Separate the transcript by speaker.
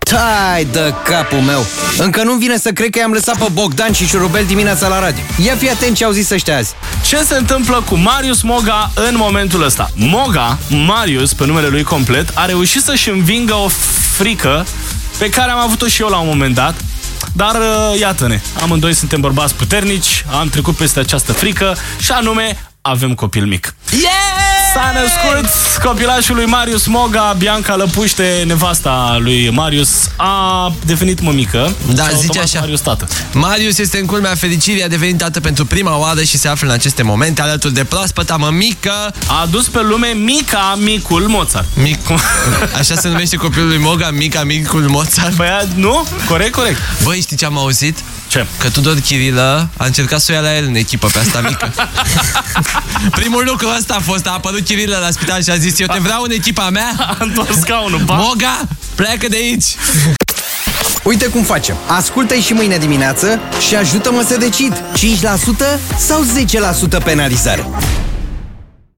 Speaker 1: Tai de capul meu! Încă nu-mi vine să cred că i-am lăsat pe Bogdan și Șurubel dimineața la radio. Ia fi atent ce au zis ăștia azi.
Speaker 2: Ce se întâmplă cu Marius Moga în momentul ăsta? Moga, Marius, pe numele lui complet, a reușit să-și învingă o frică pe care am avut-o și eu la un moment dat, dar uh, iată-ne, amândoi suntem bărbați puternici, am trecut peste această frică și anume avem copil mic. S-a născut copilașul lui Marius Moga, Bianca Lăpuște, nevasta lui Marius, a devenit mămică.
Speaker 3: Da,
Speaker 2: Și
Speaker 3: zice
Speaker 2: automat
Speaker 3: așa.
Speaker 2: Marius tată.
Speaker 3: Marius este în culmea fericirii, a devenit tată pentru prima oară și se află în aceste momente alături de proaspăta mămică.
Speaker 2: A adus pe lume mica micul Mozart.
Speaker 3: Mic... Așa se numește copilul lui Moga, mica micul Mozart.
Speaker 2: Băiat, nu? Corect, corect.
Speaker 3: Băi, știi ce am auzit?
Speaker 2: Ce?
Speaker 3: Că Tudor Chirilă a încercat să o ia la el în echipă pe asta mică. Primul lucru ăsta a fost, a apărut Chirilă la spital și a zis, eu te vreau în echipa mea,
Speaker 2: A întors scaunul, pa.
Speaker 3: Moga, pleacă de aici.
Speaker 1: Uite cum facem. Ascultă-i și mâine dimineață și ajută-mă să decid. 5% sau 10% penalizare?